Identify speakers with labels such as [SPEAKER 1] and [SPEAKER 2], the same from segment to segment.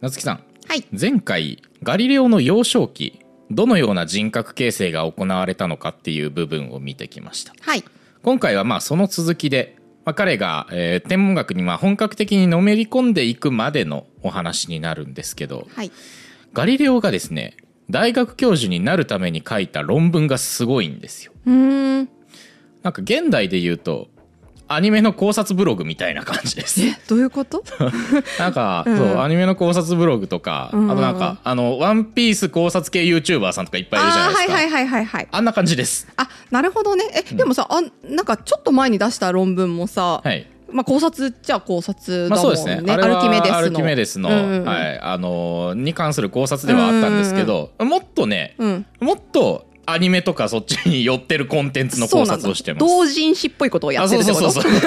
[SPEAKER 1] 夏木さん
[SPEAKER 2] はい
[SPEAKER 1] 前回ガリレオの幼少期どのような人格形成が行われたのかっていう部分を見てきました
[SPEAKER 2] はい
[SPEAKER 1] 今回はまあその続きで、まあ、彼が、えー天文学にまあ本格的にのめり込んでいくまでのお話になるんですけど
[SPEAKER 2] はい
[SPEAKER 1] ガリレオがですね大学教授になるために書いた論文がすごいんですよ
[SPEAKER 2] うーん
[SPEAKER 1] なんか現代で言うとアニメの考察ブログみたいな感じです
[SPEAKER 2] えどうい うこと
[SPEAKER 1] なんか、
[SPEAKER 2] うん
[SPEAKER 1] そうアニメの考察ブログとか、
[SPEAKER 2] うん
[SPEAKER 1] あとなんかあの「ワンピース考察系 YouTuber さんとかいっぱいいるじゃな
[SPEAKER 2] あ
[SPEAKER 1] い
[SPEAKER 2] あ
[SPEAKER 1] で
[SPEAKER 2] ー
[SPEAKER 1] す
[SPEAKER 2] は
[SPEAKER 1] か
[SPEAKER 2] いはいはいはいはい
[SPEAKER 1] あんな感じです
[SPEAKER 2] あなるほどねえ、でもさあなんかちょっと前に出した論文もさ、
[SPEAKER 1] はい
[SPEAKER 2] まあ考察っちゃ考察
[SPEAKER 1] ま
[SPEAKER 2] だ
[SPEAKER 1] あ
[SPEAKER 2] もんね,、
[SPEAKER 1] そうですねあ
[SPEAKER 2] ア
[SPEAKER 1] れは
[SPEAKER 2] ルキメデスの
[SPEAKER 1] アルキメデスの、
[SPEAKER 2] うん
[SPEAKER 1] はいあのーに関する考察ではあったんですけど、もっとね、
[SPEAKER 2] うん
[SPEAKER 1] もっとアニメとかそっちに寄ってるコンテンツの
[SPEAKER 2] そ
[SPEAKER 1] 考
[SPEAKER 2] うなんだ
[SPEAKER 1] 察をしてます
[SPEAKER 2] 同人誌っぽいことをや
[SPEAKER 1] あ
[SPEAKER 2] って
[SPEAKER 1] そ
[SPEAKER 2] る
[SPEAKER 1] う
[SPEAKER 2] って
[SPEAKER 1] そう
[SPEAKER 2] こと
[SPEAKER 1] そう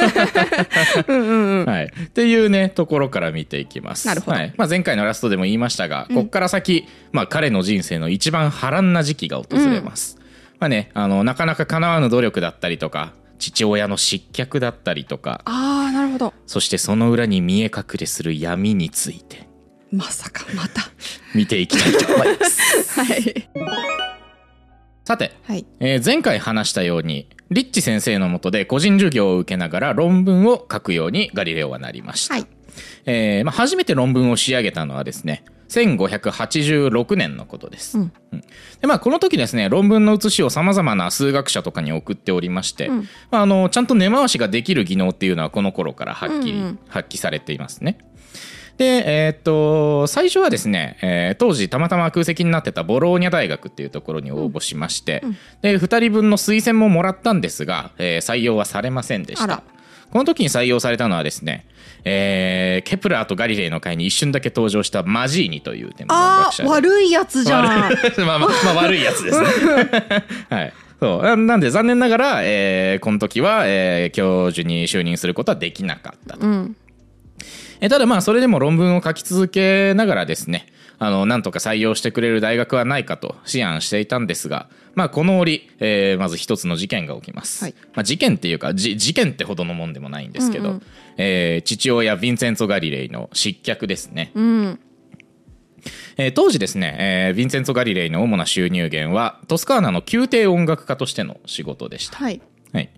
[SPEAKER 1] そう
[SPEAKER 2] うんうん うん
[SPEAKER 1] はい、っていうねところから見ていきます。
[SPEAKER 2] なるほど
[SPEAKER 1] はいまあ、前回のラストでも言いましたが、ここから先、まあ、彼の人生の一番波乱な時期が訪れます。まあね、あのなかなか叶わぬ努力だったりとか父親の失脚だったりとか
[SPEAKER 2] ああなるほど
[SPEAKER 1] そしてその裏に見え隠れする闇について
[SPEAKER 2] まさかま た
[SPEAKER 1] 見ていきたいと思います
[SPEAKER 2] はい
[SPEAKER 1] さて、
[SPEAKER 2] はい
[SPEAKER 1] えー前回話したようにリッチ先生のもとで個人授業を受けながら論文を書くようにガリレオはなりました。
[SPEAKER 2] はい
[SPEAKER 1] えーまあ、初めて論文を仕上げたのはですね1586年のことです、
[SPEAKER 2] うん
[SPEAKER 1] うんでまあ、この時ですね論文の写しをさまざまな数学者とかに送っておりまして、
[SPEAKER 2] うん
[SPEAKER 1] まあ、あのちゃんと根回しができる技能っていうのはこの頃からはっきり
[SPEAKER 2] うんうん
[SPEAKER 1] 発揮されていますね。でえーっと最初はですね、えー当時たまたま空席になってたボローニャ大学っていうところに応募しまして、で2人分の推薦ももらったんですが、えー採用はされませんでし
[SPEAKER 2] あ
[SPEAKER 1] た
[SPEAKER 2] ら。
[SPEAKER 1] この時に採用されたのはですね、えーケプラーとガリレイの会に一瞬だけ登場したマジーニという天文
[SPEAKER 2] あ
[SPEAKER 1] 学者
[SPEAKER 2] ー
[SPEAKER 1] で
[SPEAKER 2] 悪いやつじゃん
[SPEAKER 1] 悪い まあまあまあ悪いやつです ね。はい。そうななんで残念ながら、えーこの時は、えー教授に就任することはできなかったと、
[SPEAKER 2] うん
[SPEAKER 1] えーただまあそれでも論文を書き続けながらですねあのなんとか採用してくれる大学はないかと思案していたんですが、まあ、この折、えーまず一つの事件が起きます、
[SPEAKER 2] はい
[SPEAKER 1] まあ、事件っていうかじ事件ってほどのもんでもないんですけど、
[SPEAKER 2] うんうん
[SPEAKER 1] えー父親ヴィンセンツォ・ガリレイの失脚ですね、
[SPEAKER 2] うん
[SPEAKER 1] えー当時ですね、えーヴィンセンツォ・ガリレイの主な収入源はトスカーナの宮廷音楽家としての仕事でした、
[SPEAKER 2] はい
[SPEAKER 1] はい、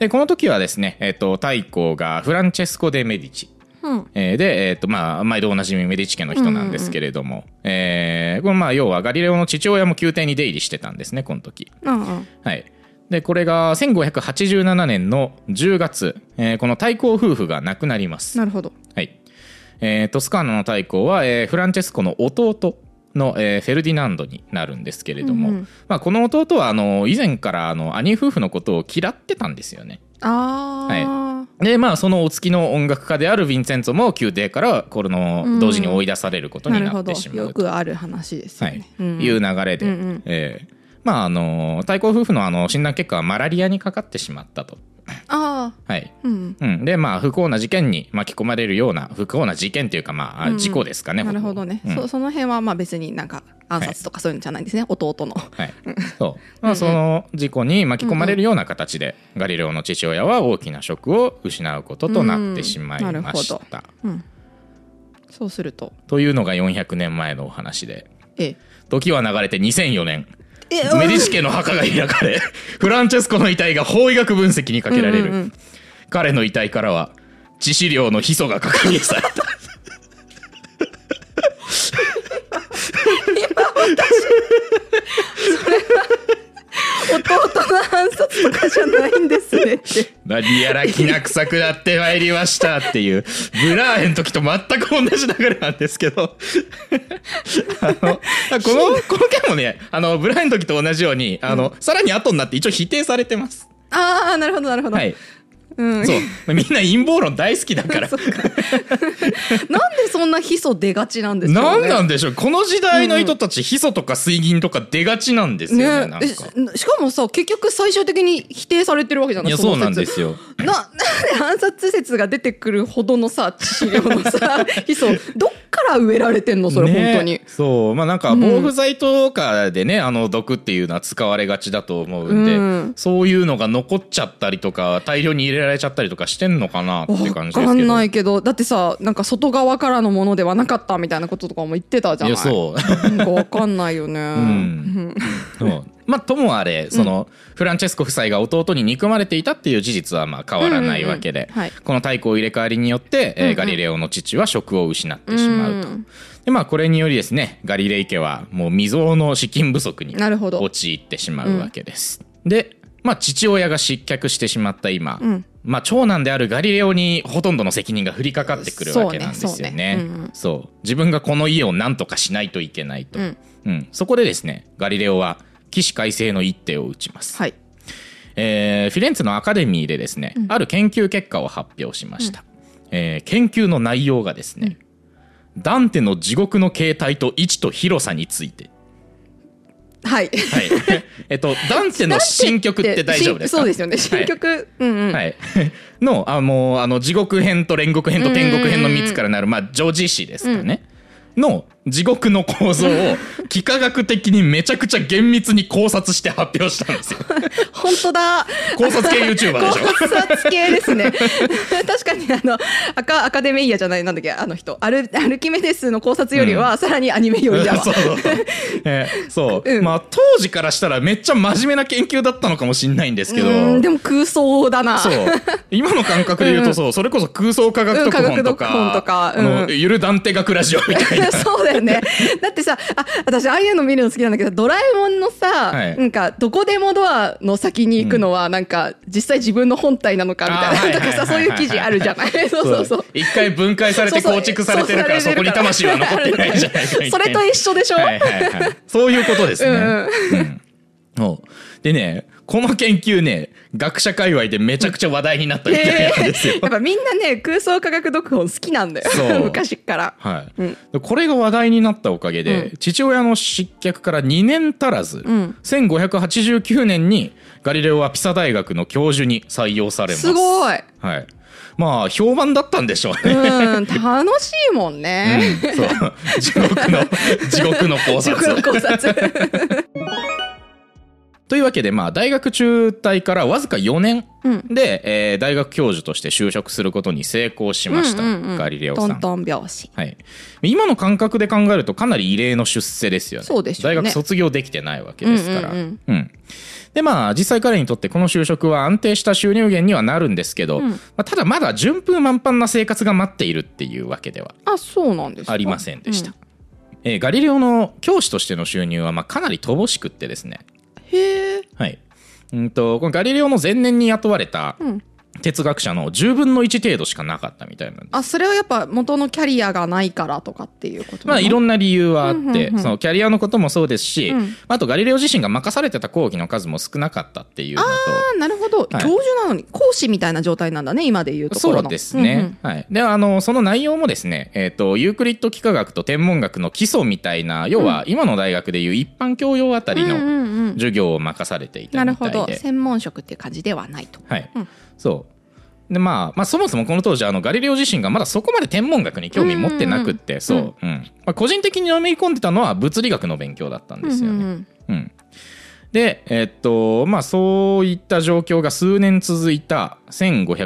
[SPEAKER 1] でこの時はですね、えー、と太后がフランチェスコ・デ・メディチ
[SPEAKER 2] うん
[SPEAKER 1] えーで、えーとまあ、毎度おなじみメディチ家の人なんですけれども、えーこれまあ要はガリレオの父親も宮廷に出入りしてたんですねこの時。
[SPEAKER 2] うんうん
[SPEAKER 1] はい、でこれが1587年の10月、えーこの太閤夫婦が亡くなります。
[SPEAKER 2] なるほど
[SPEAKER 1] はいえートスカーナの太閤は、えーフランチェスコの弟の、えーフェルディナンドになるんですけれども、
[SPEAKER 2] うんうん
[SPEAKER 1] まあ、この弟はあの以前からあの兄夫婦のことを嫌ってたんですよね。
[SPEAKER 2] ああ、
[SPEAKER 1] でまあそのお付きの音楽家であるヴィンセンツォも宮廷からこの同時に追い出されること
[SPEAKER 2] な
[SPEAKER 1] に
[SPEAKER 2] る
[SPEAKER 1] な
[SPEAKER 2] ほ
[SPEAKER 1] っ
[SPEAKER 2] ど
[SPEAKER 1] てしまう
[SPEAKER 2] よ
[SPEAKER 1] と、
[SPEAKER 2] くある話です
[SPEAKER 1] は
[SPEAKER 2] よ
[SPEAKER 1] い
[SPEAKER 2] ね、うん
[SPEAKER 1] いう流れで、
[SPEAKER 2] うんうん
[SPEAKER 1] ええまああの太閤夫婦のあの診断結果はマラリアにかかってしまったと。
[SPEAKER 2] ああ
[SPEAKER 1] はい
[SPEAKER 2] うん
[SPEAKER 1] うん、でまあ不幸な事件に巻き込まれるような不幸な事件というかまあ
[SPEAKER 2] うんうん
[SPEAKER 1] 事故ですかね、
[SPEAKER 2] なるほどね、
[SPEAKER 1] うん
[SPEAKER 2] そその辺はまあ別になんか暗殺とかそういうのじゃないんですね、弟の
[SPEAKER 1] はい、そう、まあ、その事故に巻き込まれるような形で、ガリレオの父親は大きなショックを失うこととなってしまい
[SPEAKER 2] うんな
[SPEAKER 1] ま
[SPEAKER 2] るほ
[SPEAKER 1] した
[SPEAKER 2] ど、うんそうすると
[SPEAKER 1] というのが400年前のお話で
[SPEAKER 2] え
[SPEAKER 1] 時は流れて2004年
[SPEAKER 2] え
[SPEAKER 1] メディシ家の墓が開かれ フランチェスコの遺体が法医学分析にかけられる、
[SPEAKER 2] うんうんうん
[SPEAKER 1] 彼の遺体からは致死量のヒ素が確認された
[SPEAKER 2] 弟の暗殺とかじゃないんですねって
[SPEAKER 1] 何やらきな臭くなってまいりましたっていうブラーヘンの時と全く同じ流れなんですけどあのこ のこの件もねあのブラーヘンの時と同じようにあの、さらに後になって一応否定されてます。
[SPEAKER 2] ああなるほどなるほど、
[SPEAKER 1] はい
[SPEAKER 2] うん、
[SPEAKER 1] そうみんな陰謀論大好きだ から
[SPEAKER 2] そっかなんでそんなヒ素出がちなんですか、
[SPEAKER 1] 何
[SPEAKER 2] ね、
[SPEAKER 1] なんでしょうこの時代の人たち、ヒ素とか水銀とか出がちなんですよねなんか
[SPEAKER 2] ねえししかもさ結局最終的に否定されてるわけじゃ
[SPEAKER 1] い
[SPEAKER 2] ない
[SPEAKER 1] や
[SPEAKER 2] の
[SPEAKER 1] そうなん
[SPEAKER 2] 説
[SPEAKER 1] ですよ
[SPEAKER 2] な なんで暗殺説が出てくるほどのさ致死量のさヒ素どっかから植えられてんのそれ、
[SPEAKER 1] ね
[SPEAKER 2] 本当に
[SPEAKER 1] そうまあなんか防腐剤とかでね、あの毒っていうのは使われがちだと思うんで、
[SPEAKER 2] うん
[SPEAKER 1] そういうのが残っちゃったりとか大量に入れられちゃったりとかしてんのかなっていう感じ
[SPEAKER 2] わ
[SPEAKER 1] ですけど
[SPEAKER 2] かんないけどだってさなんか外側からのものではなかったみたいなこととかも言ってたじゃ
[SPEAKER 1] い
[SPEAKER 2] ない
[SPEAKER 1] やそう
[SPEAKER 2] なんかわかんないよね、
[SPEAKER 1] んそうまあともあれその、フランチェスコ夫妻が弟に憎まれていたっていう事実はまあ変わらないわけで、
[SPEAKER 2] うんうんうんはい
[SPEAKER 1] この太鼓を入れ替わりによって、えー
[SPEAKER 2] うんうん
[SPEAKER 1] ガリレオの父は職を失ってしまうと。
[SPEAKER 2] うん
[SPEAKER 1] でまあこれによりですねガリレイ家はもう未曾有の資金不足に
[SPEAKER 2] なるほど
[SPEAKER 1] 陥ってしまうわけです。でまあ父親が失脚してしまった今、
[SPEAKER 2] うん
[SPEAKER 1] まあ長男であるガリレオにほとんどの責任が降りかかってくるわけなんですよね。
[SPEAKER 2] そ
[SPEAKER 1] そうう
[SPEAKER 2] ねそうねうんうん
[SPEAKER 1] 自分がこの家を何とかしないといけないと、
[SPEAKER 2] う
[SPEAKER 1] うん
[SPEAKER 2] ん
[SPEAKER 1] そこでですねガリレオは起死回生の一手を打ちます。
[SPEAKER 2] はい
[SPEAKER 1] えーフィレンツェのアカデミーでですね、ある研究結果を発表しました、えー研究の内容がですね、ダンテの地獄の形態と位置と広さについて
[SPEAKER 2] はい
[SPEAKER 1] はいえっとダンテの新曲って大丈夫ですか
[SPEAKER 2] そうですよね新曲、うんうん、
[SPEAKER 1] はい、 のあもうあの地獄編と煉獄編と天国編の3つからなる、まあ、ジョージ史ですかね、の地獄の構造を幾何学的にめちゃくちゃ厳密に考察して発表したん ですよ。
[SPEAKER 2] 本当だ
[SPEAKER 1] 考察系 YouTuber でしょ
[SPEAKER 2] 考察系ですね 確かにあのアカアカデメイヤじゃないなんだっけあの人アルアルキメデスの考察よりは、さらにアニメよりだわ
[SPEAKER 1] そうそうそう。えーそう、
[SPEAKER 2] うん
[SPEAKER 1] まあ当時からしたらめっちゃ真面目な研究だったのかもしれないんですけど。
[SPEAKER 2] うんでも空想だな
[SPEAKER 1] そう今の感覚で言うとそう、それこそ空想科学読本とか,、
[SPEAKER 2] うん科学読本とかうん
[SPEAKER 1] あのゆる断定学ラジオみたいな
[SPEAKER 2] そうだよね。だってさ、あ、私ああいうの見るの好きなんだけど、ドラえもんのさ、
[SPEAKER 1] はい
[SPEAKER 2] なんかどこでもドアの先に行くのは、なんか実際自分の本体なのかみ
[SPEAKER 1] あは
[SPEAKER 2] たい
[SPEAKER 1] い
[SPEAKER 2] な、とかさ、
[SPEAKER 1] はい
[SPEAKER 2] そう
[SPEAKER 1] はい
[SPEAKER 2] い
[SPEAKER 1] は
[SPEAKER 2] う
[SPEAKER 1] い
[SPEAKER 2] 記事あるじ ゃない。そうそうそう。
[SPEAKER 1] 一回分解されて
[SPEAKER 2] そうそう
[SPEAKER 1] 構築されてるからそ
[SPEAKER 2] そう
[SPEAKER 1] こに魂は残ってないじゃないかみたいな
[SPEAKER 2] それと一緒でしょ、
[SPEAKER 1] はいはいはい、そういうことですね。
[SPEAKER 2] うん
[SPEAKER 1] うんおでねこの研究ね学者界隈でめちゃくちゃ話題になったみたいなんですよ。
[SPEAKER 2] やっぱみんなね空想科学読本好きなんだ
[SPEAKER 1] そ
[SPEAKER 2] よ
[SPEAKER 1] う
[SPEAKER 2] 昔から
[SPEAKER 1] はいこれが話題になったおかげで、父親の失脚から2年足らず、
[SPEAKER 2] ん
[SPEAKER 1] 1589年にガリレオはピサ大学の教授に採用されます
[SPEAKER 2] すごい、
[SPEAKER 1] はい、まあ評判だったんでしょう
[SPEAKER 2] う
[SPEAKER 1] ね、
[SPEAKER 2] ん、楽しいもんね、
[SPEAKER 1] うんそう 地獄の地獄の考
[SPEAKER 2] 自
[SPEAKER 1] 察
[SPEAKER 2] 分の考察
[SPEAKER 1] というわけで、まあ、大学中退からわずか4年で、えー大学教授として就職することに成功しました、
[SPEAKER 2] うんうんうん
[SPEAKER 1] ガリレオさ
[SPEAKER 2] ト
[SPEAKER 1] ん
[SPEAKER 2] ントン拍子
[SPEAKER 1] はい、今の感覚で考えるとかなり異例の出世ですよね
[SPEAKER 2] そうでしょうね
[SPEAKER 1] 大学卒業できてないわけですから
[SPEAKER 2] うんうん
[SPEAKER 1] うんでまあ実際彼にとってこの就職は安定した収入源にはなるんですけど、まあ、ただまだ順風満帆な生活が待っているっていうわけでは
[SPEAKER 2] あそうなんですか
[SPEAKER 1] ありませんでした、えーガリレオの教師としての収入はまあかなり乏しくってですね
[SPEAKER 2] へえ
[SPEAKER 1] はい。うんと、このガリレオの前年に雇われた
[SPEAKER 2] ん
[SPEAKER 1] 哲学者の10分の1程度しかなかったみたいなんです。
[SPEAKER 2] あそれはやっぱ元のキャリアがないからとかっていうこと
[SPEAKER 1] まあ、いろ
[SPEAKER 2] ん
[SPEAKER 1] んな理由はあ
[SPEAKER 2] うんう
[SPEAKER 1] っ
[SPEAKER 2] んう
[SPEAKER 1] て
[SPEAKER 2] ん、
[SPEAKER 1] そのキャリアのこともそうですし
[SPEAKER 2] うん、
[SPEAKER 1] あとガリレオ自身が任されてた講義の数も少なかったっていうの
[SPEAKER 2] あなるほど、教授なのに講師みたいな状態なんだね今でいう
[SPEAKER 1] と、
[SPEAKER 2] ところ
[SPEAKER 1] そ
[SPEAKER 2] の
[SPEAKER 1] うですね。はい。で、あの、その内容もですね、えっと、ユークリッド幾何学と天文学の基礎みたいな、要は今の大学でいう一般教養あた
[SPEAKER 2] うんう
[SPEAKER 1] り
[SPEAKER 2] ん、うん
[SPEAKER 1] の
[SPEAKER 2] うんうん
[SPEAKER 1] 授業を任されていた
[SPEAKER 2] なる
[SPEAKER 1] み
[SPEAKER 2] ほ
[SPEAKER 1] た
[SPEAKER 2] ど
[SPEAKER 1] いで。
[SPEAKER 2] 専門職っていう感じではないと
[SPEAKER 1] はい、
[SPEAKER 2] うん
[SPEAKER 1] そうでまあ、まあそもそもこの当時あのガリレオ自身がまだそこまで天文学に興味持ってなくってそう、うんまあ、個人的にのめり込んでたのは物理学の勉強だったんですよ
[SPEAKER 2] うんう
[SPEAKER 1] ね。
[SPEAKER 2] ん
[SPEAKER 1] うんでえっとまあそういった状況が数年続いた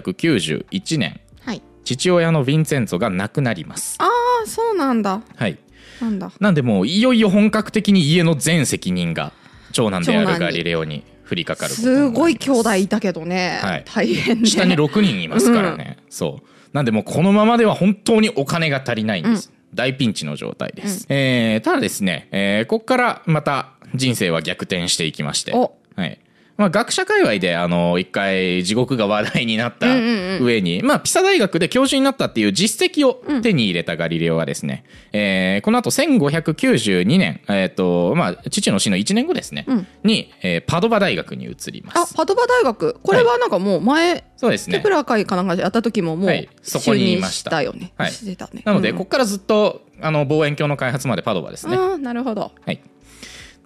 [SPEAKER 1] 1591年
[SPEAKER 2] はい
[SPEAKER 1] 父親のヴィンセンツォが亡くなります。
[SPEAKER 2] ああそうなんだ
[SPEAKER 1] はい、
[SPEAKER 2] なんだ
[SPEAKER 1] なんでもういよいよ本格的に家の全責任が長男である
[SPEAKER 2] 長男に
[SPEAKER 1] ガリレオに降りかかることになり
[SPEAKER 2] す
[SPEAKER 1] ます
[SPEAKER 2] ごい兄弟いたけどね、
[SPEAKER 1] はい
[SPEAKER 2] 大変ね
[SPEAKER 1] 下に6人いますからね、そうなんでもうこのままでは本当にお金が足りないんです、大ピンチの状態です、えーただですね、えーここからまた人生は逆転していきまして
[SPEAKER 2] お
[SPEAKER 1] はいまあ、学者界隈であの一回地獄が話題になった
[SPEAKER 2] うんうんうん
[SPEAKER 1] 上に、まあ、ピサ大学で教授になったっていう実績を手に入れたガリレオはですね、えーこのあと1592年、えーとまあ、父の死の1年後ですね、
[SPEAKER 2] うん
[SPEAKER 1] に、えーパドバ大学に移りま
[SPEAKER 2] あ
[SPEAKER 1] す。
[SPEAKER 2] パドバ大学これはなんかもう前、
[SPEAKER 1] そうですね
[SPEAKER 2] テプラ会かなんかやった時ももう
[SPEAKER 1] はいそこにい
[SPEAKER 2] 就任
[SPEAKER 1] ました
[SPEAKER 2] たよね、
[SPEAKER 1] はい
[SPEAKER 2] してたね
[SPEAKER 1] なので、
[SPEAKER 2] うん
[SPEAKER 1] ここからずっと、あの、望遠鏡の開発までパドバですね。
[SPEAKER 2] ああなるほど
[SPEAKER 1] はい。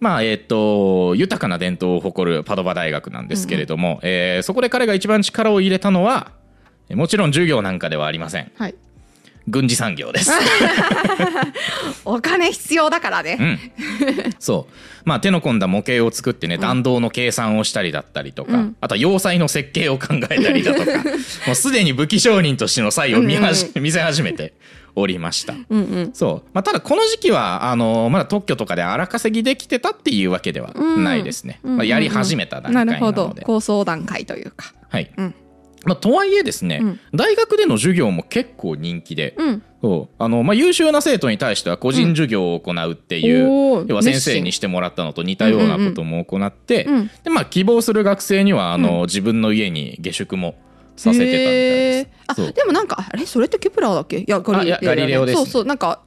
[SPEAKER 1] まあ、えっ、と、豊かな伝統を誇るパドバ大学なんですけれども、えーそこで彼が一番力を入れたのは、えもちろん授業なんかではありません。
[SPEAKER 2] はい
[SPEAKER 1] 軍事産業です。
[SPEAKER 2] お金必要だからね、
[SPEAKER 1] うん、 そうまあ手の込んだ模型を作ってね弾道の計算をしたりだったりとか、あとは要塞の設計を考えたりだと かもうすでに武器商人としての才を見はじ見せ始めておりました。
[SPEAKER 2] うんうん
[SPEAKER 1] そうまあ、ただこの時期はあのまだ特許とかで荒稼ぎできてたっていうわけではないですね、
[SPEAKER 2] うん
[SPEAKER 1] まあ、やり始めた段
[SPEAKER 2] な
[SPEAKER 1] 階な
[SPEAKER 2] るほ
[SPEAKER 1] の
[SPEAKER 2] ど
[SPEAKER 1] で。
[SPEAKER 2] 高相談会というか
[SPEAKER 1] はい
[SPEAKER 2] うん
[SPEAKER 1] まあ、とはいえですね、
[SPEAKER 2] うん
[SPEAKER 1] 大学での授業も結構人気で、
[SPEAKER 2] うん
[SPEAKER 1] そうあのまあ、優秀な生徒に対しては個人授業を行うっていう、
[SPEAKER 2] うんおー
[SPEAKER 1] 要は先生にしてもらったのと似たようなことも行って、
[SPEAKER 2] うんうんうんうん
[SPEAKER 1] でまあ、希望する学生にはあの、自分の家に下宿もさせてたみたいです。
[SPEAKER 2] へー
[SPEAKER 1] そ
[SPEAKER 2] あ
[SPEAKER 1] う
[SPEAKER 2] でもなんかあれそれってケプラーだっけいやガリレオだよ
[SPEAKER 1] あ
[SPEAKER 2] ね
[SPEAKER 1] いやガリレオです
[SPEAKER 2] そうそうなんか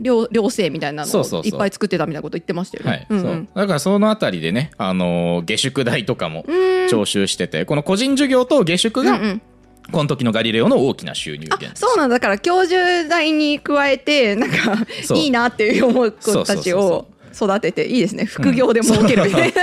[SPEAKER 2] 両両生みたいなの
[SPEAKER 1] そうそ
[SPEAKER 2] を
[SPEAKER 1] うそう
[SPEAKER 2] いっぱい作ってたみたいなこと言ってましたよね
[SPEAKER 1] はい
[SPEAKER 2] うんう
[SPEAKER 1] そうんだからそのあたりでね、あのー下宿代とかも
[SPEAKER 2] うん
[SPEAKER 1] 徴収してて、この個人授業と下宿
[SPEAKER 2] うん
[SPEAKER 1] が、
[SPEAKER 2] うん
[SPEAKER 1] この時のガリレオの大きな収入源
[SPEAKER 2] あそうなんだだから教授代に加えてなんか
[SPEAKER 1] そう
[SPEAKER 2] いいなっていう思う
[SPEAKER 1] そ
[SPEAKER 2] 子
[SPEAKER 1] うそう
[SPEAKER 2] た
[SPEAKER 1] そう
[SPEAKER 2] ち
[SPEAKER 1] そ
[SPEAKER 2] を育てていいですね副業で儲けるみたいな、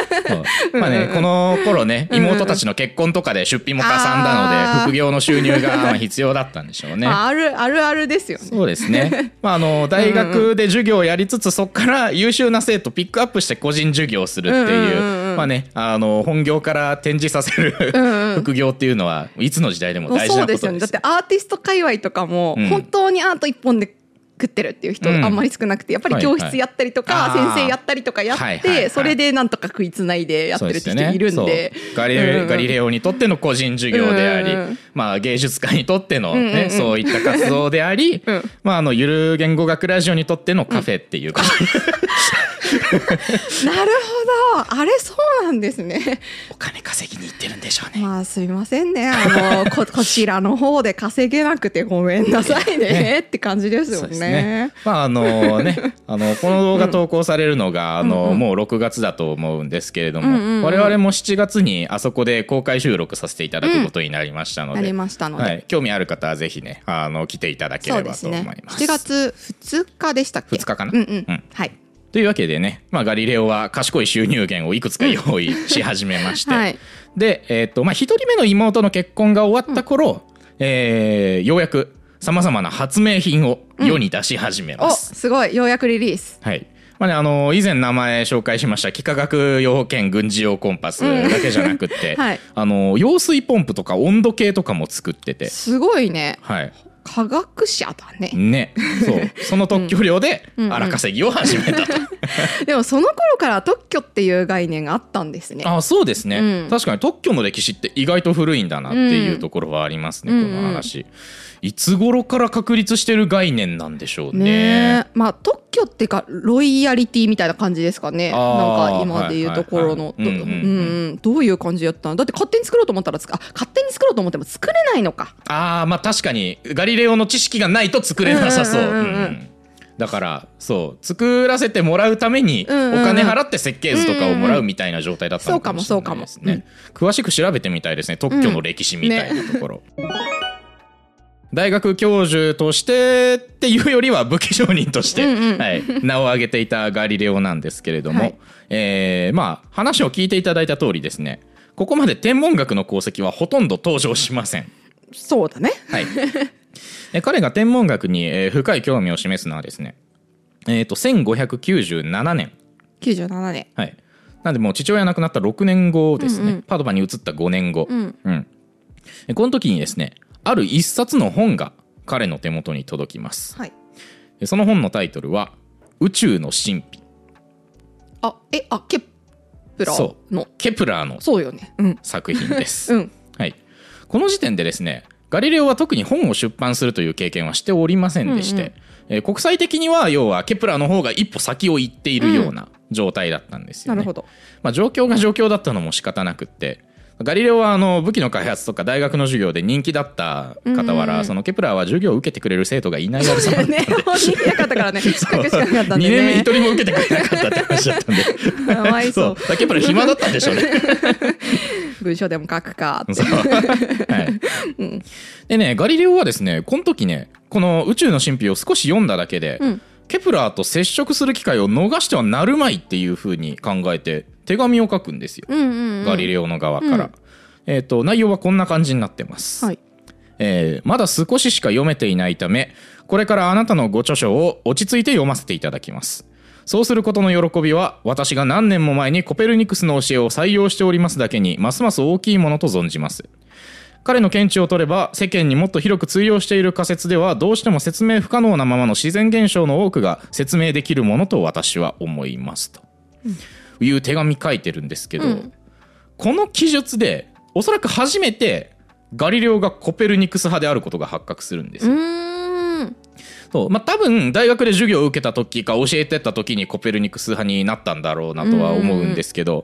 [SPEAKER 1] うんまあね、この頃ね、
[SPEAKER 2] うんうん
[SPEAKER 1] 妹たちの結婚とかで出費もかさんだの
[SPEAKER 2] あー
[SPEAKER 1] で、副業の収入がまあ必要だったんでしょうね。
[SPEAKER 2] ま あ、あるあるあるですよね
[SPEAKER 1] そうですね。まあ、あの、大学で授業をやりつつ、そこから優秀な生徒ピックアップして個人授業をするっていう、
[SPEAKER 2] うんうんうんうん
[SPEAKER 1] まあね、あの、本業から転示させる
[SPEAKER 2] んうん
[SPEAKER 1] 副業っていうのは、いつの時代でも
[SPEAKER 2] もう
[SPEAKER 1] 大事
[SPEAKER 2] そ
[SPEAKER 1] なこ
[SPEAKER 2] う
[SPEAKER 1] と
[SPEAKER 2] で
[SPEAKER 1] です
[SPEAKER 2] すよ
[SPEAKER 1] よ
[SPEAKER 2] ねだってアーティスト界隈とかも
[SPEAKER 1] うん
[SPEAKER 2] 本当にアート一本で食ってるっていう人
[SPEAKER 1] うん
[SPEAKER 2] あんまり少なくてやっぱり
[SPEAKER 1] はい
[SPEAKER 2] 教室やったりとか
[SPEAKER 1] あー
[SPEAKER 2] 先生やったりとかやっ
[SPEAKER 1] はいはいはい
[SPEAKER 2] てそれでなんとか食いつないでやってるって人いるん
[SPEAKER 1] そう
[SPEAKER 2] です
[SPEAKER 1] よねそうガリレ
[SPEAKER 2] う
[SPEAKER 1] オ
[SPEAKER 2] ん
[SPEAKER 1] ガリレオにとっての個人授業であり、
[SPEAKER 2] うんうん
[SPEAKER 1] まあ、芸術家にとっての、ね
[SPEAKER 2] うんうんうん
[SPEAKER 1] そういった活動であり、
[SPEAKER 2] うん
[SPEAKER 1] まあ、あのゆる言語学ラジオにとってのカフェっていうこと
[SPEAKER 2] なるほどあれそうなんですね
[SPEAKER 1] お金稼ぎに行ってるんでしょうね。
[SPEAKER 2] まあすいませんねあの ここちらの方で稼げなくてごめんなさいねって感じです
[SPEAKER 1] そ
[SPEAKER 2] よ
[SPEAKER 1] うです
[SPEAKER 2] ね
[SPEAKER 1] ね。まああのね、 あのこの動画投稿されるのが、あのもう6月だと思うんですけれども、
[SPEAKER 2] うんうんうん
[SPEAKER 1] 我々も7月にあそこで公開収録させていただくことになりましたので、
[SPEAKER 2] なりましたので、
[SPEAKER 1] はい、興味ある方はぜひね、あの来ていただけ
[SPEAKER 2] そ
[SPEAKER 1] れ
[SPEAKER 2] うで
[SPEAKER 1] ば
[SPEAKER 2] す
[SPEAKER 1] と思い
[SPEAKER 2] ね
[SPEAKER 1] ます。
[SPEAKER 2] 7月2日でしたっけ
[SPEAKER 1] 2日かな
[SPEAKER 2] うんうん、
[SPEAKER 1] うん
[SPEAKER 2] はい
[SPEAKER 1] というわけでね、まあ、ガリレオは賢い収入源をいくつか用意し始めまして、
[SPEAKER 2] はい
[SPEAKER 1] で、えっとまあ、1人目の妹の結婚が終わった頃、えーようやくさまざまな発明品を世に出し始め
[SPEAKER 2] お
[SPEAKER 1] ます。
[SPEAKER 2] すごいようやくリリース
[SPEAKER 1] はいまあね、あの以前名前紹介しました幾何学用剣軍事用コンパスだけじゃなくて、
[SPEAKER 2] うん はい
[SPEAKER 1] あの用水ポンプとか温度計とかも作ってて、
[SPEAKER 2] すごいね
[SPEAKER 1] はい、
[SPEAKER 2] 科学者だね
[SPEAKER 1] ねそうその特許料で荒稼ぎを始めたと。
[SPEAKER 2] でもその頃から特許っていう概念があったんですね
[SPEAKER 1] あそうですね、
[SPEAKER 2] うん
[SPEAKER 1] 確かに特許の歴史って意外と古いんだなっていうところはありますね、
[SPEAKER 2] うん
[SPEAKER 1] この話、いつ頃から確立してる概念なんでしょうね
[SPEAKER 2] ねえまあ特許っていうかロイヤリティみたいな感じですかね
[SPEAKER 1] あ
[SPEAKER 2] なん
[SPEAKER 1] ー
[SPEAKER 2] か今でいうところの
[SPEAKER 1] はいはいはい
[SPEAKER 2] ど
[SPEAKER 1] うん
[SPEAKER 2] う
[SPEAKER 1] うんうん
[SPEAKER 2] んどういう感じやったのだって勝手に作ろうと思ったらつくあ勝手に作ろうと思っても作れないのか
[SPEAKER 1] ああまあ確かにガリレオの知識がないと作れなさそう,、
[SPEAKER 2] うんうんうんうん
[SPEAKER 1] うんだからそう作らせてもらうためにお
[SPEAKER 2] うんうんうん
[SPEAKER 1] 金払って設計図とかをもらうみたいな状態だったのかもしれないですね、
[SPEAKER 2] うんうんそうかも
[SPEAKER 1] 詳しく調べてみたいですね特許の歴史みたいなところ、大学教授としてっていうよりは武器商人として、
[SPEAKER 2] うんうん
[SPEAKER 1] はい、名を挙げていたガリレオなんですけれども、
[SPEAKER 2] はい
[SPEAKER 1] えーまあ話を聞いていただいた通りですねここまで天文学の功績はほとんど登場しません
[SPEAKER 2] そうだね
[SPEAKER 1] はい、 え彼が天文学に、えー深い興味を示すのはですね、えー、と1597年、
[SPEAKER 2] 97年
[SPEAKER 1] はい、なんでもう父親亡くなった6年後ですね、
[SPEAKER 2] うんうん
[SPEAKER 1] パドバに移った5年後、
[SPEAKER 2] うん
[SPEAKER 1] うんえこの時にですねある一冊の本が彼の手元に届きます
[SPEAKER 2] はい
[SPEAKER 1] えその本のタイトルは「宇宙の神秘
[SPEAKER 2] あえあケプラ
[SPEAKER 1] そ
[SPEAKER 2] の」
[SPEAKER 1] ケプラーの
[SPEAKER 2] そうよねうん
[SPEAKER 1] 作品 です、
[SPEAKER 2] うん
[SPEAKER 1] はい、この時点でですねガリレオは特に本を出版するという経験はしておりませんでして、
[SPEAKER 2] うんう
[SPEAKER 1] えー国際的には要はケプラーの方が一歩先を行っているような状態だったんですよ
[SPEAKER 2] な
[SPEAKER 1] ね。
[SPEAKER 2] るほど
[SPEAKER 1] まあ、状況が状況だったのも仕方なくってガリレオはあの武器の開発とか大学の授業で人気だった傍ら、
[SPEAKER 2] うんうん
[SPEAKER 1] そのケプラーは授業を受けてくれる生徒がいない
[SPEAKER 2] そう
[SPEAKER 1] 悪さ
[SPEAKER 2] だ
[SPEAKER 1] だ
[SPEAKER 2] よね本人いなかっ たからね資格しかなかった
[SPEAKER 1] 2
[SPEAKER 2] んで
[SPEAKER 1] 年目
[SPEAKER 2] ね
[SPEAKER 1] 一人も受けてくれなかったって話だったんで
[SPEAKER 2] かわい
[SPEAKER 1] そ
[SPEAKER 2] そうう
[SPEAKER 1] だからケプラー暇だったんでしょうね
[SPEAKER 2] 文章でも書くかって
[SPEAKER 1] そうはい、でねガリレオはですねこの時ねこの「宇宙の神秘」を少し読んだだけで、
[SPEAKER 2] うん
[SPEAKER 1] ケプラーと接触する機会を逃してはなるまいっていうふうに考えて手紙を書くんですよ、
[SPEAKER 2] うんうんうん
[SPEAKER 1] ガリレオの側から。
[SPEAKER 2] うん
[SPEAKER 1] えっと内容はこんな感じになってます、
[SPEAKER 2] はい
[SPEAKER 1] えーまだ少ししか読めていないためこれからあなたのご著書を落ち着いて読ませていただきますそうすることの喜びは私が何年も前にコペルニクスの教えを採用しておりますだけにますます大きいものと存じます彼の見地を取れば世間にもっと広く通用している仮説ではどうしても説明不可能なままの自然現象の多くが説明できるものと私は思いますと、いう手紙書いてるんですけど、
[SPEAKER 2] うん
[SPEAKER 1] この記述でおそらく初めてガリレオがコペルニクス派であることが発覚するんです
[SPEAKER 2] う
[SPEAKER 1] よ。
[SPEAKER 2] ーん
[SPEAKER 1] そうまあ、多分大学で授業を受けた時か教えてた時にコペルニクス派になったんだろうなとは思うんですけど、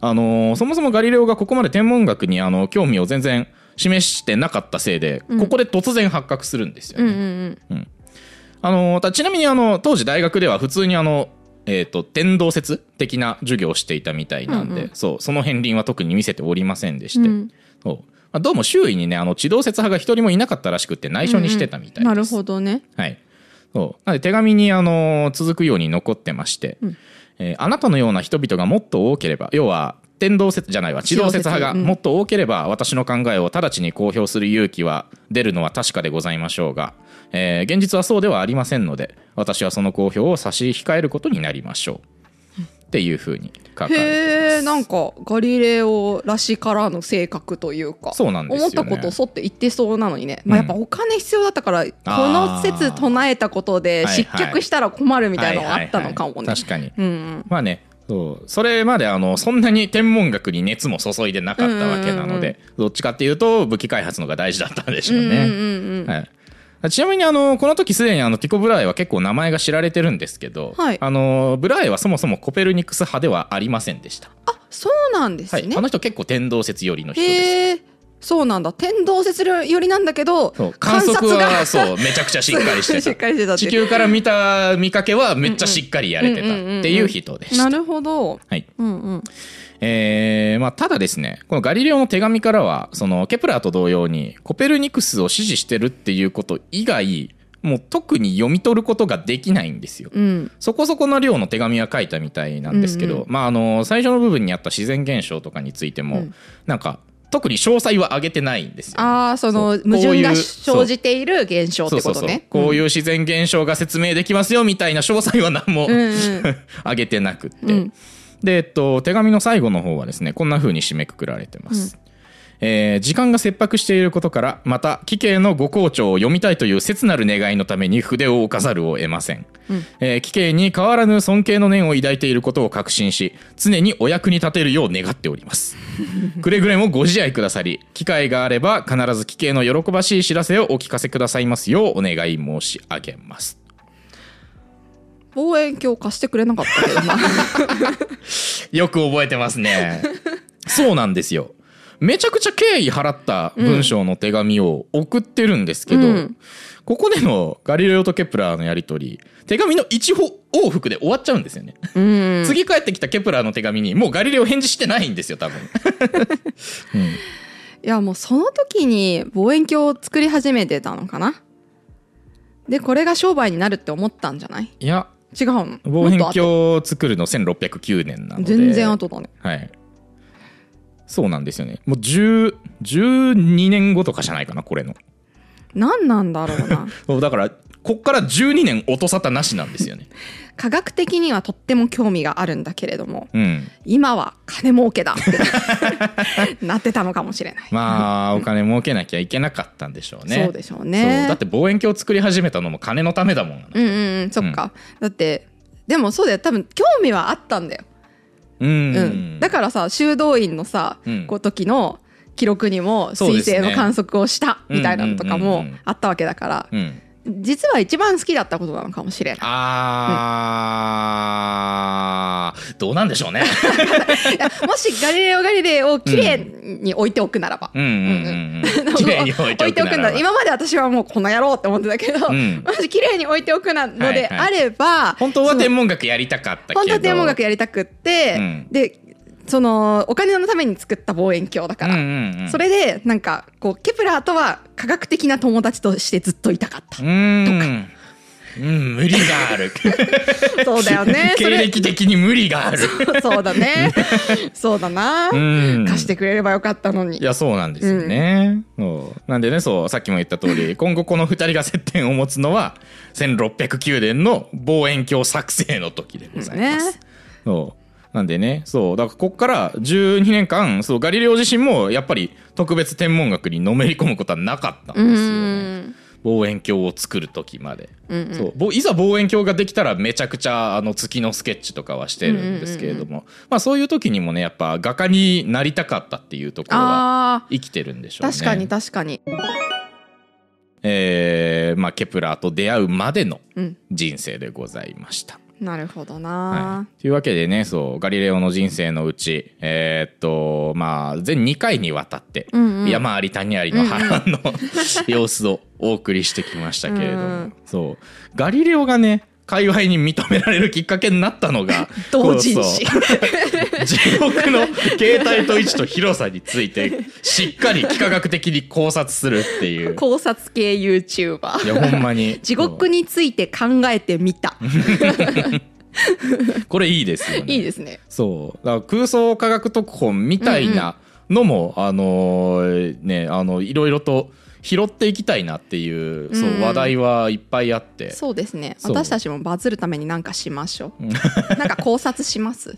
[SPEAKER 1] あのーそもそもガリレオがここまで天文学にあの興味を全然示してなかったせいで、
[SPEAKER 2] うん
[SPEAKER 1] ここで突然発覚するんですよ
[SPEAKER 2] う
[SPEAKER 1] ね。
[SPEAKER 2] んうん
[SPEAKER 1] あのーたちなみにあの当時大学では普通にあの、えー、と天動説的な授業をしていたみたいなんで、
[SPEAKER 2] うんうん
[SPEAKER 1] そうその片鱗は特に見せておりませんでし
[SPEAKER 2] う
[SPEAKER 1] て、
[SPEAKER 2] ん
[SPEAKER 1] そうまあ、どうも周囲にねあの地動説派が一人もいなかったらしくって内緒にしてたみたいです。
[SPEAKER 2] なるほどね
[SPEAKER 1] はい。そう。なので手紙に、あのー続くように残ってまして、
[SPEAKER 2] うん
[SPEAKER 1] えーあなたのような人々がもっと多ければ、要は、天動説じゃないわ、地動説派が
[SPEAKER 2] 地動説うん
[SPEAKER 1] もっと多ければ、私の考えを直ちに公表する勇気は出るのは確かでございましょうが、えー現実はそうではありませんので、私はその公表を差し控えることになりましょう。っていうふうに書かれています。
[SPEAKER 2] へえなんかガリレオらしからぬ性格というか
[SPEAKER 1] そうなんですよね
[SPEAKER 2] 思ったことをそって言ってそうなのにね、まあ、やっぱお金必要だったから、この説唱えたことで
[SPEAKER 1] はい
[SPEAKER 2] 失
[SPEAKER 1] はい
[SPEAKER 2] 脚したら困るみたいなの
[SPEAKER 1] は
[SPEAKER 2] が
[SPEAKER 1] い
[SPEAKER 2] あ
[SPEAKER 1] はい
[SPEAKER 2] ったのかもね
[SPEAKER 1] はい確かに。
[SPEAKER 2] うんうん
[SPEAKER 1] まあねそうそれまであのそんなに天文学に熱も注いでなかったわけなので、どっちかっていうと武器開発のが大事だったんでしょう
[SPEAKER 2] うんうん
[SPEAKER 1] ね。
[SPEAKER 2] うん
[SPEAKER 1] はい、ちなみにあのこの時すでにあのティコ・ブラーエは結構名前が知られてるんですけど、
[SPEAKER 2] はい
[SPEAKER 1] あのブラーエはそもそもコペルニクス派ではありませんでした。
[SPEAKER 2] あそうなんです
[SPEAKER 1] はい、
[SPEAKER 2] ね、
[SPEAKER 1] あの人結構天動説寄りの人です。
[SPEAKER 2] へえそうなんだ天動説よりなんだけど
[SPEAKER 1] そう観測
[SPEAKER 2] 観
[SPEAKER 1] は そうめちゃくちゃしっかりして
[SPEAKER 2] しったかりしてたってい
[SPEAKER 1] 地
[SPEAKER 2] う
[SPEAKER 1] 球から見た見かけはめっちゃしっかりやれてたっていう人でした。
[SPEAKER 2] なるほど
[SPEAKER 1] はい
[SPEAKER 2] うんうん
[SPEAKER 1] えーまあ、ただですねこのガリレオの手紙からはそのケプラーと同様にコペルニクスを支持してるっていうこと以外もう特に読み取ることができないんですよ。
[SPEAKER 2] うん
[SPEAKER 1] そこそこの量の手紙は書いたみたいなんですけど、
[SPEAKER 2] うんうん
[SPEAKER 1] まあ、あの最初の部分にあった自然現象とかについても、
[SPEAKER 2] うん
[SPEAKER 1] なんか特に詳細は挙げてないんですよ。
[SPEAKER 2] ああその
[SPEAKER 1] そうこう
[SPEAKER 2] 矛盾
[SPEAKER 1] いう
[SPEAKER 2] が生じている現象っ
[SPEAKER 1] そう
[SPEAKER 2] て
[SPEAKER 1] そ
[SPEAKER 2] こ
[SPEAKER 1] う
[SPEAKER 2] と
[SPEAKER 1] そう
[SPEAKER 2] ね
[SPEAKER 1] こういう自然現象が説明できますよみたいな詳細は何も、
[SPEAKER 2] うん うんうん
[SPEAKER 1] 上げてなくって、
[SPEAKER 2] うん
[SPEAKER 1] で、えっと、手紙の最後の方はですねこんな風に締めくくられてます、えー時間が切迫していることからまた紀慶のご校長を読みたいという切なる願いのために筆を置かざるを得ません、
[SPEAKER 2] うん
[SPEAKER 1] えー紀慶に変わらぬ尊敬の念を抱いていることを確信し常にお役に立てるよう願っております くれぐれもご自愛くださり機会があれば必ず紀慶の喜ばしい知らせをお聞かせくださいますようお願い申し上げます
[SPEAKER 2] 望遠鏡貸してくれなかったけどな
[SPEAKER 1] よく覚えてますね。 そうなんですよ。めちゃくちゃ敬意払った文章の手紙を送ってるんですけど、
[SPEAKER 2] うん
[SPEAKER 1] ここでのガリレオとケプラーのやり取り、手紙の一方往復で終わっちゃうんですよね。
[SPEAKER 2] うん
[SPEAKER 1] 次帰ってきたケプラーの手紙にもうガリレオ返事してないんですよ、多分。
[SPEAKER 2] いやもうその時に望遠鏡を作り始めてたのかなでこれが商売になるって思ったんじゃない
[SPEAKER 1] いや、
[SPEAKER 2] 違うの
[SPEAKER 1] 望遠
[SPEAKER 2] もっ
[SPEAKER 1] 鏡
[SPEAKER 2] と
[SPEAKER 1] を作るの1609年な
[SPEAKER 2] 後
[SPEAKER 1] ので。
[SPEAKER 2] 全然後だね
[SPEAKER 1] はい。そうなんですよね。もう10、12年後とかじゃないかな、これの。
[SPEAKER 2] 何なんだろうな
[SPEAKER 1] そうだから、こっから12年音沙汰なしなんですよね。
[SPEAKER 2] 科学的にはとっても興味があるんだけれども
[SPEAKER 1] うん。
[SPEAKER 2] 今は金儲けだってなってたのかもしれない、
[SPEAKER 1] まあ、お金儲けなきゃいけなかったんでしょうね。
[SPEAKER 2] そうでしょうね
[SPEAKER 1] そうだって望遠鏡を作り始めたのも金のためだもんな。
[SPEAKER 2] うんうんうんそっか、だってでもそうだよ多分興味はあったんだよ、
[SPEAKER 1] うん。
[SPEAKER 2] うんだからさ修道院のさ、
[SPEAKER 1] うん
[SPEAKER 2] こう時の記録にも
[SPEAKER 1] そう
[SPEAKER 2] 彗
[SPEAKER 1] ですね
[SPEAKER 2] 星の観測をしたみたいなのとか
[SPEAKER 1] うんう
[SPEAKER 2] も
[SPEAKER 1] んうんうん
[SPEAKER 2] あったわけだから、
[SPEAKER 1] うん。
[SPEAKER 2] 実は一番好きだったことなのかもしれない
[SPEAKER 1] あー、どうなんでしょう ね。
[SPEAKER 2] いや もしガリレオ・ガリレイを綺麗に置いておくならば、
[SPEAKER 1] うんうんうんうん。綺麗に置いておくならば。
[SPEAKER 2] 今まで私はもうこの野郎って思ってたけど、
[SPEAKER 1] うん
[SPEAKER 2] もし綺麗に置いておくなのであれば、
[SPEAKER 1] 本当は天文学やりたかったけど。
[SPEAKER 2] 本当は天文学やりたくって、
[SPEAKER 1] うん
[SPEAKER 2] でそのお金のために作った望遠鏡だから、
[SPEAKER 1] うんうんうん
[SPEAKER 2] それでなんかこうケプラーとは科学的な友達としてずっといたかった、
[SPEAKER 1] うん。うん、無理がある。
[SPEAKER 2] そうだよねそ
[SPEAKER 1] 経
[SPEAKER 2] れ
[SPEAKER 1] 歴的に無理がある。
[SPEAKER 2] そうだ ねそうだな、
[SPEAKER 1] うん
[SPEAKER 2] 貸してくれればよかったのに
[SPEAKER 1] いや、そうなんですよね。そうなんでね、そう、さっきも言った通り、 今後この二人が接点を持つのは、1600宮殿の望遠鏡作成の時でございます。
[SPEAKER 2] ね
[SPEAKER 1] そう。なんでね、そう、だからここから12年間、そう、ガリレオ自身もやっぱり特別天文学にのめり込むことはなかった
[SPEAKER 2] うん
[SPEAKER 1] ですよね。
[SPEAKER 2] ん
[SPEAKER 1] 望遠鏡を作る時まで。
[SPEAKER 2] うんうん
[SPEAKER 1] そうぼいざ望遠鏡ができたらめちゃくちゃあの月のスケッチとかはしてるんですけれども、まあ、そういう時にもねやっぱ画家になりたかったっていうところは
[SPEAKER 2] あ
[SPEAKER 1] 生きてるんでし
[SPEAKER 2] ー
[SPEAKER 1] ょうね。
[SPEAKER 2] 確かに確かに、
[SPEAKER 1] えーまあ、ケプラーと出会うまでの
[SPEAKER 2] うん、
[SPEAKER 1] 人生でございました。
[SPEAKER 2] なるほど
[SPEAKER 1] は、
[SPEAKER 2] ない
[SPEAKER 1] というわけでねそうガリレオの人生のうち、えーっとまあ、全2回にわたって、
[SPEAKER 2] うんうん
[SPEAKER 1] 山あり谷ありの波乱の、様子をお送りしてきましたけれども、
[SPEAKER 2] うん
[SPEAKER 1] そうガリレオがね界隈に認められるきっかけになったのが
[SPEAKER 2] 同人誌
[SPEAKER 1] こうそう地獄の形態と位置と広さについてしっかり幾何学的に考察するっていう。
[SPEAKER 2] 考察系 YouTuber
[SPEAKER 1] いやほんまに
[SPEAKER 2] 地獄について考えてみた
[SPEAKER 1] そうこれ いいですよね
[SPEAKER 2] いいですね
[SPEAKER 1] そうだから空想科学特本みたいなのも、あのーねあのいろいろと拾っていきたいなっていう,、そううん話題はいっぱいあって
[SPEAKER 2] そうですね
[SPEAKER 1] そう
[SPEAKER 2] 私たちもバズるために何かしましょ うなんか考察します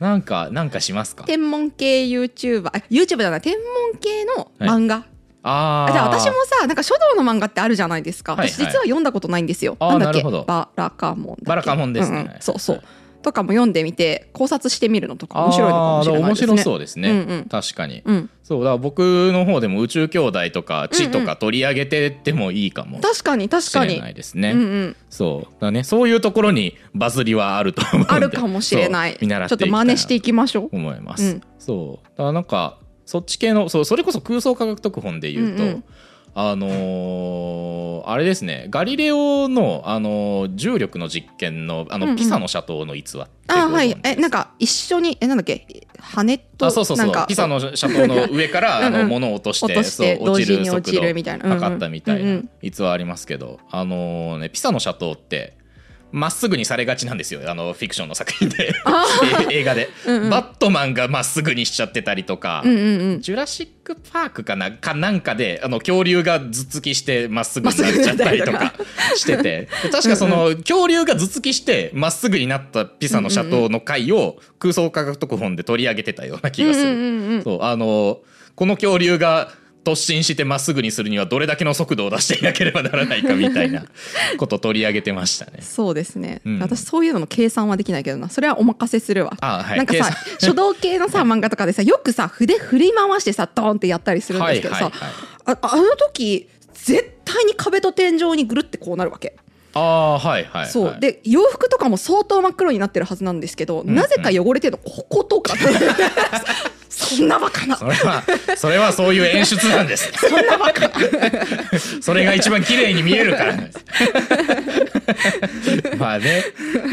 [SPEAKER 1] なんかなんかしますか
[SPEAKER 2] 天文系 YouTuber あ YouTube じゃない天文系の漫画、
[SPEAKER 1] あ
[SPEAKER 2] あ
[SPEAKER 1] ー
[SPEAKER 2] じゃあ私もさなんか書道の漫画ってあるじゃないですか、
[SPEAKER 1] はいはい
[SPEAKER 2] 私実は読んだことないんですよ
[SPEAKER 1] あー
[SPEAKER 2] なんだっ
[SPEAKER 1] な
[SPEAKER 2] け
[SPEAKER 1] るほど
[SPEAKER 2] バラカモンだっけ
[SPEAKER 1] バラカモンですね
[SPEAKER 2] うんうんそうそう、
[SPEAKER 1] はい
[SPEAKER 2] とかも読んでみて考察してみるのとか面白いのかもしれない
[SPEAKER 1] あ
[SPEAKER 2] ですね
[SPEAKER 1] ー面白そうですね、
[SPEAKER 2] うんうん
[SPEAKER 1] 確かに、
[SPEAKER 2] うん
[SPEAKER 1] そうだから僕の方でも宇宙兄弟とか地とか取り上げてってもいいかも
[SPEAKER 2] 確かに確
[SPEAKER 1] し
[SPEAKER 2] か
[SPEAKER 1] れ
[SPEAKER 2] に
[SPEAKER 1] ないですね、
[SPEAKER 2] うんうん
[SPEAKER 1] そうだねそういうところにバズりはあると思うんで
[SPEAKER 2] あるかもしれない
[SPEAKER 1] そう見習っていき
[SPEAKER 2] ち
[SPEAKER 1] た
[SPEAKER 2] ょっ
[SPEAKER 1] い
[SPEAKER 2] と
[SPEAKER 1] な
[SPEAKER 2] 真似していきましょう
[SPEAKER 1] 思います、
[SPEAKER 2] うん
[SPEAKER 1] そうだからなんかそっち系のそうそれこそ空想科学特本で言うと、
[SPEAKER 2] うんうん
[SPEAKER 1] あのーあれですねガリレオの、あのー重力の実験のあの、
[SPEAKER 2] うんうん
[SPEAKER 1] ピサの斜塔の逸話って
[SPEAKER 2] あーはい
[SPEAKER 1] ご存知
[SPEAKER 2] えなんか一緒にえなんだっけ羽と
[SPEAKER 1] あそうそう
[SPEAKER 2] なん
[SPEAKER 1] そう
[SPEAKER 2] か
[SPEAKER 1] ピサの斜塔の上から
[SPEAKER 2] うんうん
[SPEAKER 1] あの物を落として
[SPEAKER 2] 落として
[SPEAKER 1] そう落ち
[SPEAKER 2] 同時
[SPEAKER 1] る
[SPEAKER 2] に落
[SPEAKER 1] 速
[SPEAKER 2] ち
[SPEAKER 1] 度
[SPEAKER 2] るみたいなうんうん
[SPEAKER 1] 測ったみたい
[SPEAKER 2] うんう
[SPEAKER 1] なん逸話ありますけど、あのーねピサの斜塔ってまっすぐにされがちなんですよあのフィクションの作品でえ 映画で、
[SPEAKER 2] うんうん
[SPEAKER 1] バットマンがまっすぐにしちゃってたりとか、
[SPEAKER 2] うんうんうん
[SPEAKER 1] ジュラシック・パークかなかなんかであの恐竜が頭突きしてまっすぐになっちゃったり と
[SPEAKER 2] ま
[SPEAKER 1] かしててで確かその恐竜が頭突きしてまっすぐになったピサの斜塔の回を空想科学特本で取り上げてたような気がする。
[SPEAKER 2] うんうんうんうん
[SPEAKER 1] そうあのこの恐竜が突進してまっすぐにするにはどれだけの速度を出していなければならないかみたいなことを取り上げてましたね。
[SPEAKER 2] そうですね、
[SPEAKER 1] うん
[SPEAKER 2] 私そういうのの計算はできないけどなそれはお任せするわ
[SPEAKER 1] あはい
[SPEAKER 2] なんかさ
[SPEAKER 1] 計算
[SPEAKER 2] 書道系のさ漫画とかでさよくさ筆振り回してさドーンってやったりするんですけどさ、
[SPEAKER 1] はいはいはい
[SPEAKER 2] ああの時絶対に壁と天井にぐるってこうなるわけ、
[SPEAKER 1] あーはいはいはい。
[SPEAKER 2] そうで洋服とかも相当真っ黒になってるはずなんですけど、
[SPEAKER 1] ん
[SPEAKER 2] なぜか汚れてるのここ とか そんなバカな
[SPEAKER 1] それは、それはそういう演出なんです。そんなバカ。それが一番綺麗に見えるからなんです。まあね、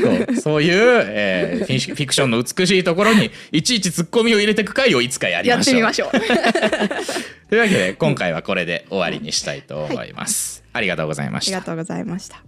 [SPEAKER 1] そうそういう、えーフィシフィクションの美しいところにいちいちツッコミを入れていく回をいつかやり
[SPEAKER 2] や
[SPEAKER 1] ま
[SPEAKER 2] っ
[SPEAKER 1] してょう。
[SPEAKER 2] みましょう
[SPEAKER 1] というわけで今回はこれで終わりにしたいと思います。ありがとうございま
[SPEAKER 2] あり
[SPEAKER 1] し
[SPEAKER 2] が
[SPEAKER 1] た。
[SPEAKER 2] とうございました